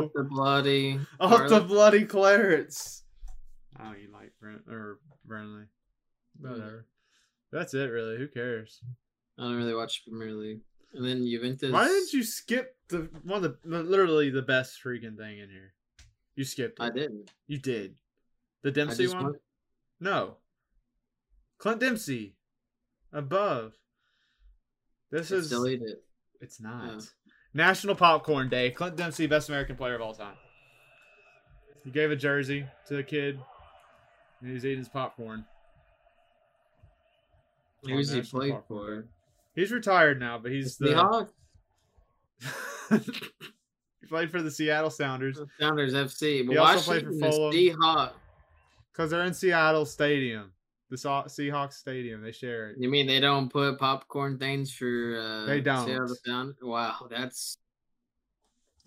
Speaker 1: Up, the bloody.
Speaker 2: Off the
Speaker 1: Harlem.
Speaker 2: bloody Clarence. Oh, you like Brent or Burnley.
Speaker 1: Hmm.
Speaker 2: Whatever. That's it, really. Who cares?
Speaker 1: I don't really watch Premier League. And then Juventus.
Speaker 2: Why didn't you skip the one of the literally the best freaking thing in here? You skipped it.
Speaker 1: I didn't.
Speaker 2: You did. The
Speaker 1: I
Speaker 2: Dempsey
Speaker 1: just
Speaker 2: one?
Speaker 1: want-
Speaker 2: No. Clint Dempsey. Above. This
Speaker 1: it's
Speaker 2: is
Speaker 1: deleted.
Speaker 2: it's not.
Speaker 1: Oh.
Speaker 2: National Popcorn Day. Clint Dempsey, best American player of all time. He gave a jersey to a kid and he was eating his popcorn. Oh,
Speaker 1: Who does he
Speaker 2: National
Speaker 1: play
Speaker 2: Popcorn
Speaker 1: for?
Speaker 2: Day. He's retired now, but he's
Speaker 1: The
Speaker 2: the
Speaker 1: Hawks.
Speaker 2: <laughs> he played for the Seattle Sounders
Speaker 1: Founders FC. But
Speaker 2: He
Speaker 1: why
Speaker 2: also played
Speaker 1: should
Speaker 2: for
Speaker 1: the
Speaker 2: Fulham.
Speaker 1: Seahawks?
Speaker 2: because they're in Seattle Stadium, the Seah- Seahawks Stadium. They share it.
Speaker 1: You mean they don't put popcorn things for? Uh,
Speaker 2: They don't.
Speaker 1: Seattle Sound? Wow, that's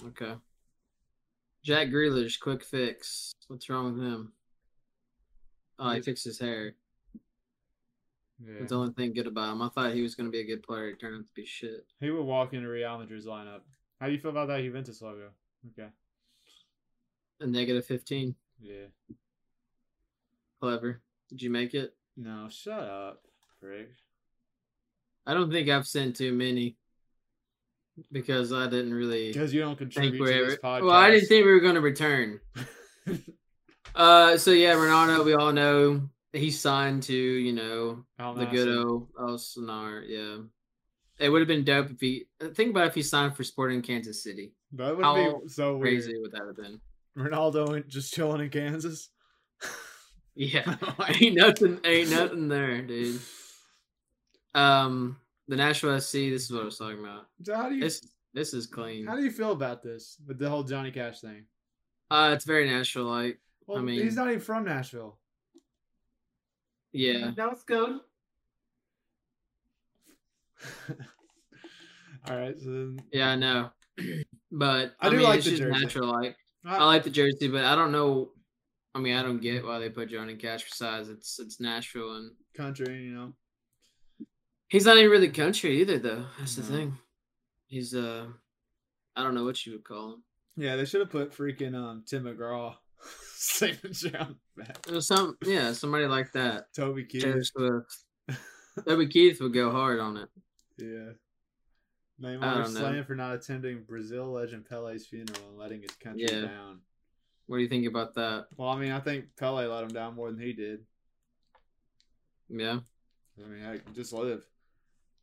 Speaker 1: okay. Jack Grealish, quick fix. What's wrong with him? Oh, he
Speaker 2: He's-
Speaker 1: fixed his hair. That's the
Speaker 2: Yeah.
Speaker 1: only thing good about him. I thought he was going to be a good player. It turned out to be shit.
Speaker 2: He would walk into Real Madrid's lineup. How do you feel about that Juventus logo? Okay.
Speaker 1: A negative fifteen.
Speaker 2: Yeah.
Speaker 1: Clever. Did you make it?
Speaker 2: No, shut up, prick.
Speaker 1: I don't think I've sent too many because I didn't really
Speaker 2: Because you don't
Speaker 1: think
Speaker 2: contribute
Speaker 1: we're
Speaker 2: to
Speaker 1: ever.
Speaker 2: this podcast.
Speaker 1: Well, I didn't think we were going to
Speaker 2: <laughs>
Speaker 1: return. Uh, so yeah, Ronaldo, we all know he signed to you know
Speaker 2: Al
Speaker 1: the good uh,
Speaker 2: Nassr.
Speaker 1: old El Sonar. Yeah, it would have been dope if he. Think about if he signed for Sporting Kansas City.
Speaker 2: That would
Speaker 1: How
Speaker 2: be so weird.
Speaker 1: Crazy would that have been?
Speaker 2: Ronaldo ain't just chilling
Speaker 1: <laughs>
Speaker 2: in Kansas. <laughs>
Speaker 1: Yeah, <laughs> ain't nothing, ain't nothing there, dude. Um, the Nashville SC. This is what I was talking about.
Speaker 2: So how do you
Speaker 1: This this is clean.
Speaker 2: how do you feel about this with the whole Johnny Cash thing?
Speaker 1: Uh, it's very Nashville like.
Speaker 2: Well,
Speaker 1: mean-
Speaker 2: he's not even from Nashville. <laughs>
Speaker 1: Yeah,
Speaker 2: That's good. All right, so then
Speaker 1: yeah, I know. But I,
Speaker 2: <clears throat> I do
Speaker 1: mean,
Speaker 2: like
Speaker 1: it's
Speaker 2: the
Speaker 1: just
Speaker 2: jersey.
Speaker 1: Nashville like. I like the jersey, but I don't know. I mean, I don't get why they put Johnny Cash besides it's it's Nashville, and
Speaker 2: country, you know.
Speaker 1: he's not even really country either, though. That's the
Speaker 2: No.
Speaker 1: thing. He's uh, I don't know what you would call him.
Speaker 2: Yeah, they should have put freaking um Tim McGraw, <laughs> Stephen John,
Speaker 1: It was some yeah, somebody like that.
Speaker 2: Toby Keith.
Speaker 1: Taylor Swift. Toby Keith would go hard on it.
Speaker 2: <laughs> Yeah. Neymar
Speaker 1: I
Speaker 2: was
Speaker 1: don't know.
Speaker 2: slammed for not attending Brazil legend Pele's funeral and letting his country
Speaker 1: Yeah.
Speaker 2: down.
Speaker 1: What do you think about that?
Speaker 2: Well, I mean, I think Pele let him down more than he did.
Speaker 1: Yeah.
Speaker 2: I mean, I just live.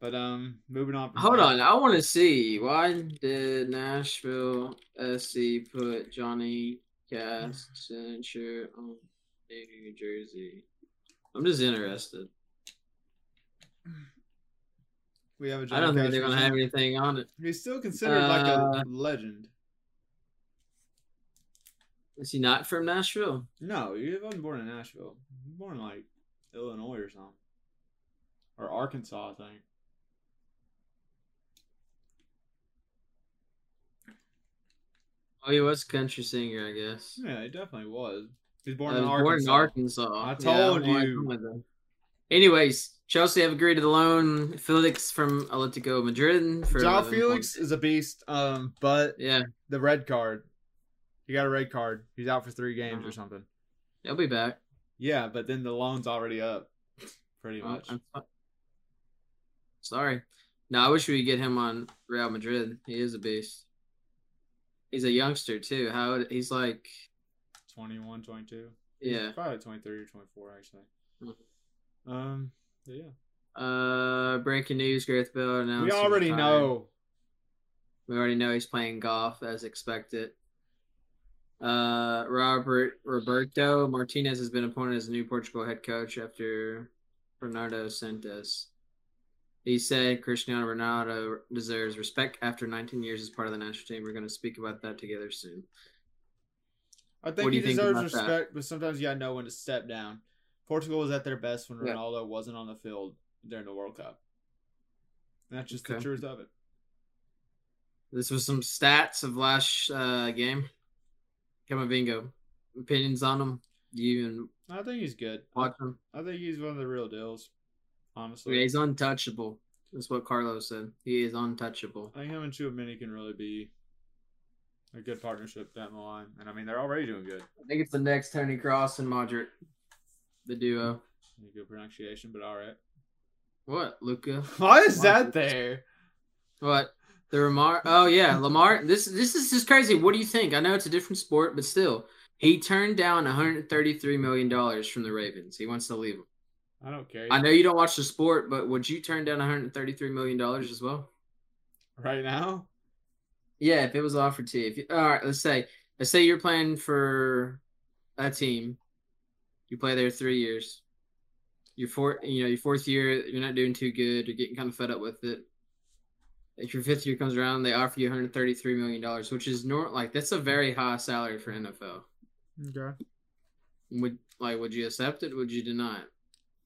Speaker 2: But um, moving on. from
Speaker 1: Hold
Speaker 2: that-
Speaker 1: on, I want to see why did Nashville SC put Johnny Cash signature on New Jersey? I'm just interested.
Speaker 2: We have a
Speaker 1: I don't
Speaker 2: Johnny
Speaker 1: think they're
Speaker 2: Cash
Speaker 1: gonna
Speaker 2: version.
Speaker 1: have anything on it.
Speaker 2: He's still considered like a
Speaker 1: Uh,
Speaker 2: legend.
Speaker 1: Is he not from Nashville?
Speaker 2: No, he wasn't born in Nashville. He was born in like Illinois or something, or Arkansas, I think.
Speaker 1: Oh, he was a country singer, I guess.
Speaker 2: Yeah, he definitely was. He's
Speaker 1: Uh,
Speaker 2: born
Speaker 1: he
Speaker 2: in
Speaker 1: was
Speaker 2: Arkansas.
Speaker 1: born in Arkansas. Yeah,
Speaker 2: I
Speaker 1: don't
Speaker 2: told
Speaker 1: know why I
Speaker 2: you.
Speaker 1: come with that. Anyways, Chelsea have agreed to the loan Felix from Atletico Madrid for
Speaker 2: Jao
Speaker 1: 11
Speaker 2: Felix is a beast, um, but
Speaker 1: points. Yeah,
Speaker 2: the red card. He got a red card. He's out for three games
Speaker 1: Uh-huh.
Speaker 2: or something.
Speaker 1: he'll be back.
Speaker 2: Yeah, but then the loan's already up, pretty
Speaker 1: Well,
Speaker 2: much.
Speaker 1: I'm so- Sorry. No, I wish we could get him on Real Madrid. He is a beast. He's a youngster too. How old- he's like,
Speaker 2: 21, 22.
Speaker 1: yeah. Hmm.
Speaker 2: Probably 23 or 24, actually. Um, yeah.
Speaker 1: Uh, breaking news: Gareth Bale announced.
Speaker 2: we
Speaker 1: he's
Speaker 2: already
Speaker 1: retiring.
Speaker 2: know.
Speaker 1: We already know he's playing golf as expected. Uh, Robert Roberto Martinez has been appointed as the new Portugal head coach after Bernardo Santos. He said Cristiano Ronaldo deserves respect after 19 years as part of the national team. We're going to speak about that together soon.
Speaker 2: I think
Speaker 1: What do
Speaker 2: he
Speaker 1: you think
Speaker 2: deserves
Speaker 1: about that?
Speaker 2: respect, but sometimes you gotta know when to step down. Portugal was at their best when
Speaker 1: Yeah.
Speaker 2: Ronaldo wasn't on the field during the World Cup. And that's just the
Speaker 1: Okay.
Speaker 2: truth of it.
Speaker 1: This was some stats of last uh, game. Camavingo, opinions on him? Do you even
Speaker 2: I think he's good. I,
Speaker 1: watch him?
Speaker 2: I think he's one of the real deals, honestly.
Speaker 1: Yeah, he's untouchable. That's what Carlos said. He is untouchable.
Speaker 2: I think him and Chouamini can really be a good partnership down the line. And I mean, they're already doing good.
Speaker 1: I think it's the next Tony Cross and Modric, the duo.
Speaker 2: Good pronunciation, but all right. <laughs>
Speaker 1: What Luca?
Speaker 2: Why is
Speaker 1: that
Speaker 2: there?
Speaker 1: What the Lamar? Oh yeah, Lamar. This this is just crazy. What do you think? I know it's a different sport, but still, he turned down 133 million dollars from the Ravens. He wants to leave them.
Speaker 2: I don't care.
Speaker 1: I know you don't watch the sport, but would you turn down 133 million dollars as well?
Speaker 2: Right now,
Speaker 1: Yeah, if it was offered to you. If you all right, let's say let's say you're playing for a team. You play there three years. Your four you know, your fourth year, you're not doing too good, you're getting kind of fed up with it. If your fifth year comes around, they offer you 133 million dollars, which is nor like that's a very high salary for NFL.
Speaker 2: okay.
Speaker 1: Would like would you accept it? Would you deny it?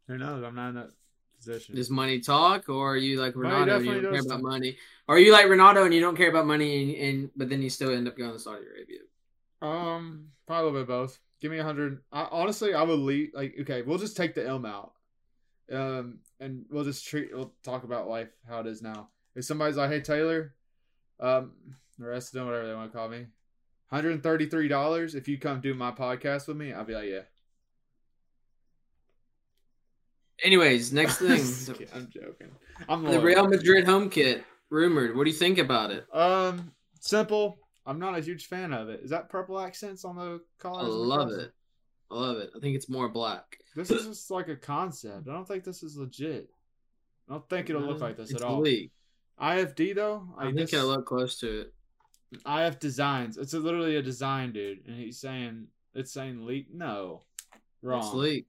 Speaker 2: Who knows? I'm not in that position.
Speaker 1: Is money talk, or are you like
Speaker 2: Money
Speaker 1: Ronaldo and you don't
Speaker 2: definitely
Speaker 1: care
Speaker 2: does
Speaker 1: about
Speaker 2: talk.
Speaker 1: money? Or are you like Ronaldo and you don't care about money, and, and but then you still end up going to Saudi Arabia?
Speaker 2: Um, probably a little bit of both. Give me a hundred. I honestly, I would leave. Like, okay, we'll just take the M out. Um, and we'll just treat. We'll talk about life how it is now. If somebody's like, "Hey Taylor," um, the rest of them, whatever they want to call me, hundred and thirty-three dollars. If you come do my podcast with me, I'll be like, "Yeah."
Speaker 1: Anyways, next thing.
Speaker 2: Just kidding, <laughs> I'm joking. I'm
Speaker 1: the
Speaker 2: loyal.
Speaker 1: Real Madrid home kit rumored. What do you think about it?
Speaker 2: Um, simple. I'm not a huge fan of it. Is that purple accents on the
Speaker 1: I
Speaker 2: collars? and the
Speaker 1: love
Speaker 2: cross?
Speaker 1: it. I love it. I think it's more black.
Speaker 2: This is just like a concept. I don't think this is legit. I don't think it'll look like this
Speaker 1: It's
Speaker 2: at all.
Speaker 1: League.
Speaker 2: IFD though,
Speaker 1: I think it'll look close to it.
Speaker 2: IF designs. It's a, literally a design, dude, and he's saying it's saying leak. No, wrong.
Speaker 1: It's league.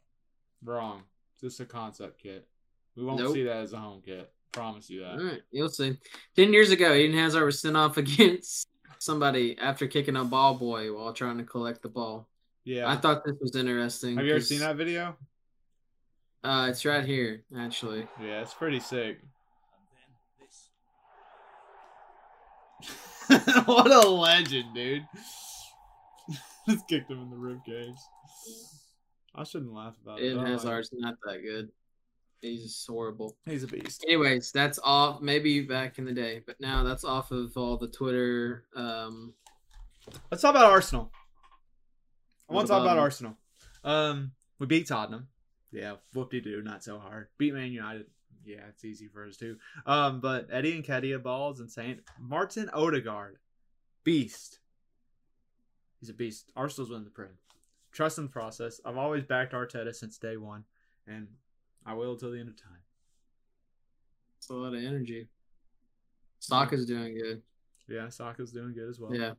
Speaker 2: Wrong. It's just a concept kit. We won't
Speaker 1: Nope.
Speaker 2: see that as a home kit. Promise you that.
Speaker 1: All right, you'll see. Ten years ago, Eden Hazard was sent off <laughs> against somebody after kicking a ball boy while trying to collect the ball.
Speaker 2: Yeah.
Speaker 1: I thought this was interesting.
Speaker 2: Have you ever
Speaker 1: 'cause,
Speaker 2: seen that video?
Speaker 1: Uh, it's right here, actually.
Speaker 2: Yeah, it's pretty sick. <laughs> what a legend, dude. <laughs> Just kicked him in the rib cage. I shouldn't laugh about it.
Speaker 1: Eden
Speaker 2: but I like it.
Speaker 1: Hazard's not that good. He's horrible.
Speaker 2: He's a beast.
Speaker 1: Anyways, that's off. Maybe back in the day, but now that's off of all the Twitter. Um,
Speaker 2: Let's talk about Arsenal. I
Speaker 1: What
Speaker 2: want to talk
Speaker 1: about
Speaker 2: about
Speaker 1: them?
Speaker 2: Arsenal. Um, we beat Tottenham. Yeah, whoop de doo, not so hard. Beat Man United. Yeah, it's easy for us too. Um, but Eddie and Kedia balls insane. Martin Odegaard, beast. He's a beast. Arsenal's winning the Prem. Trust in the process. I've always backed Arteta since day one, and I will till the end of time.
Speaker 1: it's a lot of energy. Saka's doing good.
Speaker 2: Yeah, Saka's doing good as well.
Speaker 1: Yeah,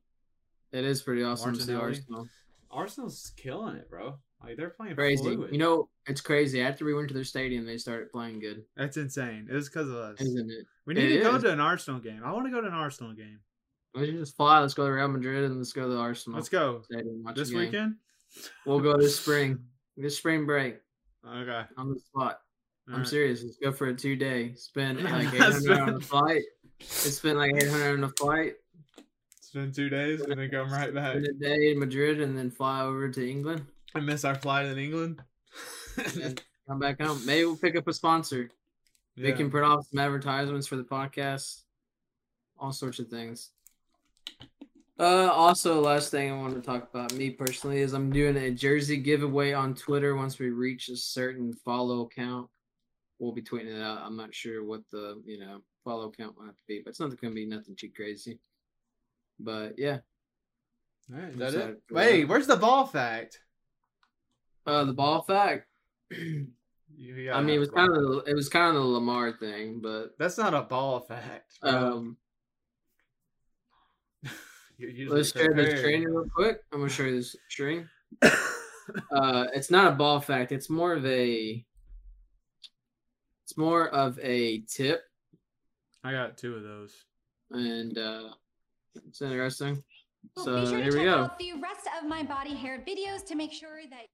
Speaker 1: it is pretty awesome to see
Speaker 2: Martinelli.
Speaker 1: Arsenal.
Speaker 2: Arsenal's killing it, bro. Like they're playing
Speaker 1: Crazy. You know, it's crazy. After we went to their stadium, they started playing good,
Speaker 2: that's insane. It was because of us.
Speaker 1: isn't it?
Speaker 2: We need
Speaker 1: It
Speaker 2: to go
Speaker 1: is.
Speaker 2: to an Arsenal game. I want to go to an Arsenal game.
Speaker 1: Let's just fly. Let's go to Real Madrid and let's go to the Arsenal.
Speaker 2: Let's go
Speaker 1: Stadium, Oh, watch
Speaker 2: this
Speaker 1: the game.
Speaker 2: weekend.
Speaker 1: We'll go this spring. This spring break
Speaker 2: Okay,
Speaker 1: on the spot.
Speaker 2: All
Speaker 1: I'm
Speaker 2: right.
Speaker 1: serious. Let's go for a two day. Spend like
Speaker 2: <laughs> That's
Speaker 1: 800 on
Speaker 2: right.
Speaker 1: the flight. It's been like 800 on the flight.
Speaker 2: It's been two days and then come right back.
Speaker 1: Spend a day in Madrid and then fly over to England.
Speaker 2: I miss our flight
Speaker 1: <laughs>
Speaker 2: in England.
Speaker 1: Come back home. Maybe we'll pick up a sponsor. They
Speaker 2: Yeah.
Speaker 1: can print off some advertisements for the podcast. All sorts of things. Uh, also, last thing I wanted to talk about, me personally, is I'm doing a jersey giveaway on Twitter. Once we reach a certain follow count, we'll be tweeting it out. I'm not sure what the you know follow count will have to be, but it's not going to be nothing too crazy. But yeah,
Speaker 2: All right, is
Speaker 1: I'm
Speaker 2: that
Speaker 1: excited
Speaker 2: it?
Speaker 1: for
Speaker 2: Wait,
Speaker 1: that.
Speaker 2: where's the ball fact?
Speaker 1: uh, the ball fact. <clears throat>
Speaker 2: You- you
Speaker 1: I
Speaker 2: gotta
Speaker 1: mean,
Speaker 2: have
Speaker 1: it was
Speaker 2: the ball.
Speaker 1: kind of the- it was kind of the Lamar thing, but
Speaker 2: <laughs> That's not a ball fact. Bro.
Speaker 1: um,
Speaker 2: You- you just
Speaker 1: let's
Speaker 2: be
Speaker 1: share this
Speaker 2: prepared.
Speaker 1: string <coughs>
Speaker 2: <laughs>
Speaker 1: real quick. I'm gonna show you this string. uh, it's not a ball fact. It's more of a. It's more of a tip,
Speaker 2: I got two of those.
Speaker 1: and uh, it's interesting.
Speaker 5: Well,
Speaker 1: So,
Speaker 5: be sure
Speaker 1: here
Speaker 5: to
Speaker 1: we
Speaker 5: check
Speaker 1: go.
Speaker 5: out the rest of my body hair videos to make sure that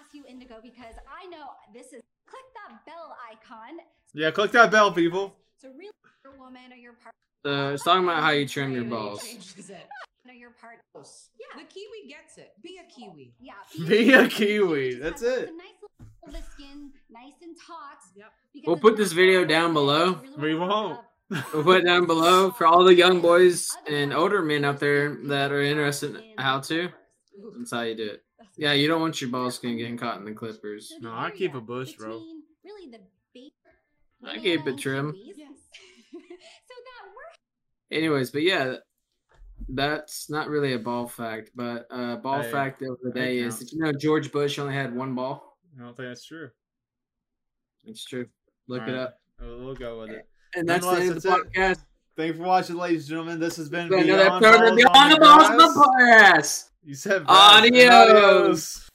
Speaker 5: ask you indigo because I know this is click that bell icon.
Speaker 2: Yeah, click that bell, people.
Speaker 5: So really your woman or your partner
Speaker 1: So it's talking about how you trim your balls.
Speaker 6: Changes it.
Speaker 5: or your partner.
Speaker 6: The kiwi gets it. Be a kiwi.
Speaker 5: Yeah.
Speaker 2: <laughs> Be a kiwi.
Speaker 5: Just
Speaker 2: That's
Speaker 5: have
Speaker 2: it.
Speaker 5: a Nice little hold of skin, nice and taut.
Speaker 6: Yep.
Speaker 5: because
Speaker 1: We'll
Speaker 5: it's
Speaker 1: put this
Speaker 5: not
Speaker 1: video
Speaker 5: hard.
Speaker 1: down below.
Speaker 2: We
Speaker 5: Really wanna
Speaker 2: won't.
Speaker 1: <laughs>
Speaker 5: have
Speaker 1: We'll put it down below for all the young boys and older men out there that are interested in how to.
Speaker 6: Ooh,
Speaker 1: That's how you do it. Yeah, you don't want your ball skin getting caught in the clippers.
Speaker 5: So
Speaker 2: No,
Speaker 5: the
Speaker 2: I keep
Speaker 5: area
Speaker 2: a bush, bro.
Speaker 5: between uh, Really the base.
Speaker 1: I keep it trim.
Speaker 5: Yes. <laughs> so that we're
Speaker 1: Anyways, but yeah, that's not really a ball fact, but uh, ball
Speaker 2: Hey,
Speaker 1: fact of the
Speaker 2: that
Speaker 1: day
Speaker 2: counts.
Speaker 1: is that you know George Bush only had one ball.
Speaker 2: I don't think that's true.
Speaker 1: It's true. Look
Speaker 2: Alright,
Speaker 1: it up.
Speaker 2: Oh, We'll
Speaker 1: <coughs>
Speaker 2: go with it.
Speaker 1: And that's the end of the podcast.
Speaker 2: Thank you for watching, ladies and gentlemen. This has been
Speaker 1: Another
Speaker 2: Beyond
Speaker 1: episode of
Speaker 2: Balls
Speaker 1: Beyond the
Speaker 2: on
Speaker 1: Balls
Speaker 2: Grass.
Speaker 1: of the Podcast.
Speaker 2: You said
Speaker 1: Adios.
Speaker 2: Adios.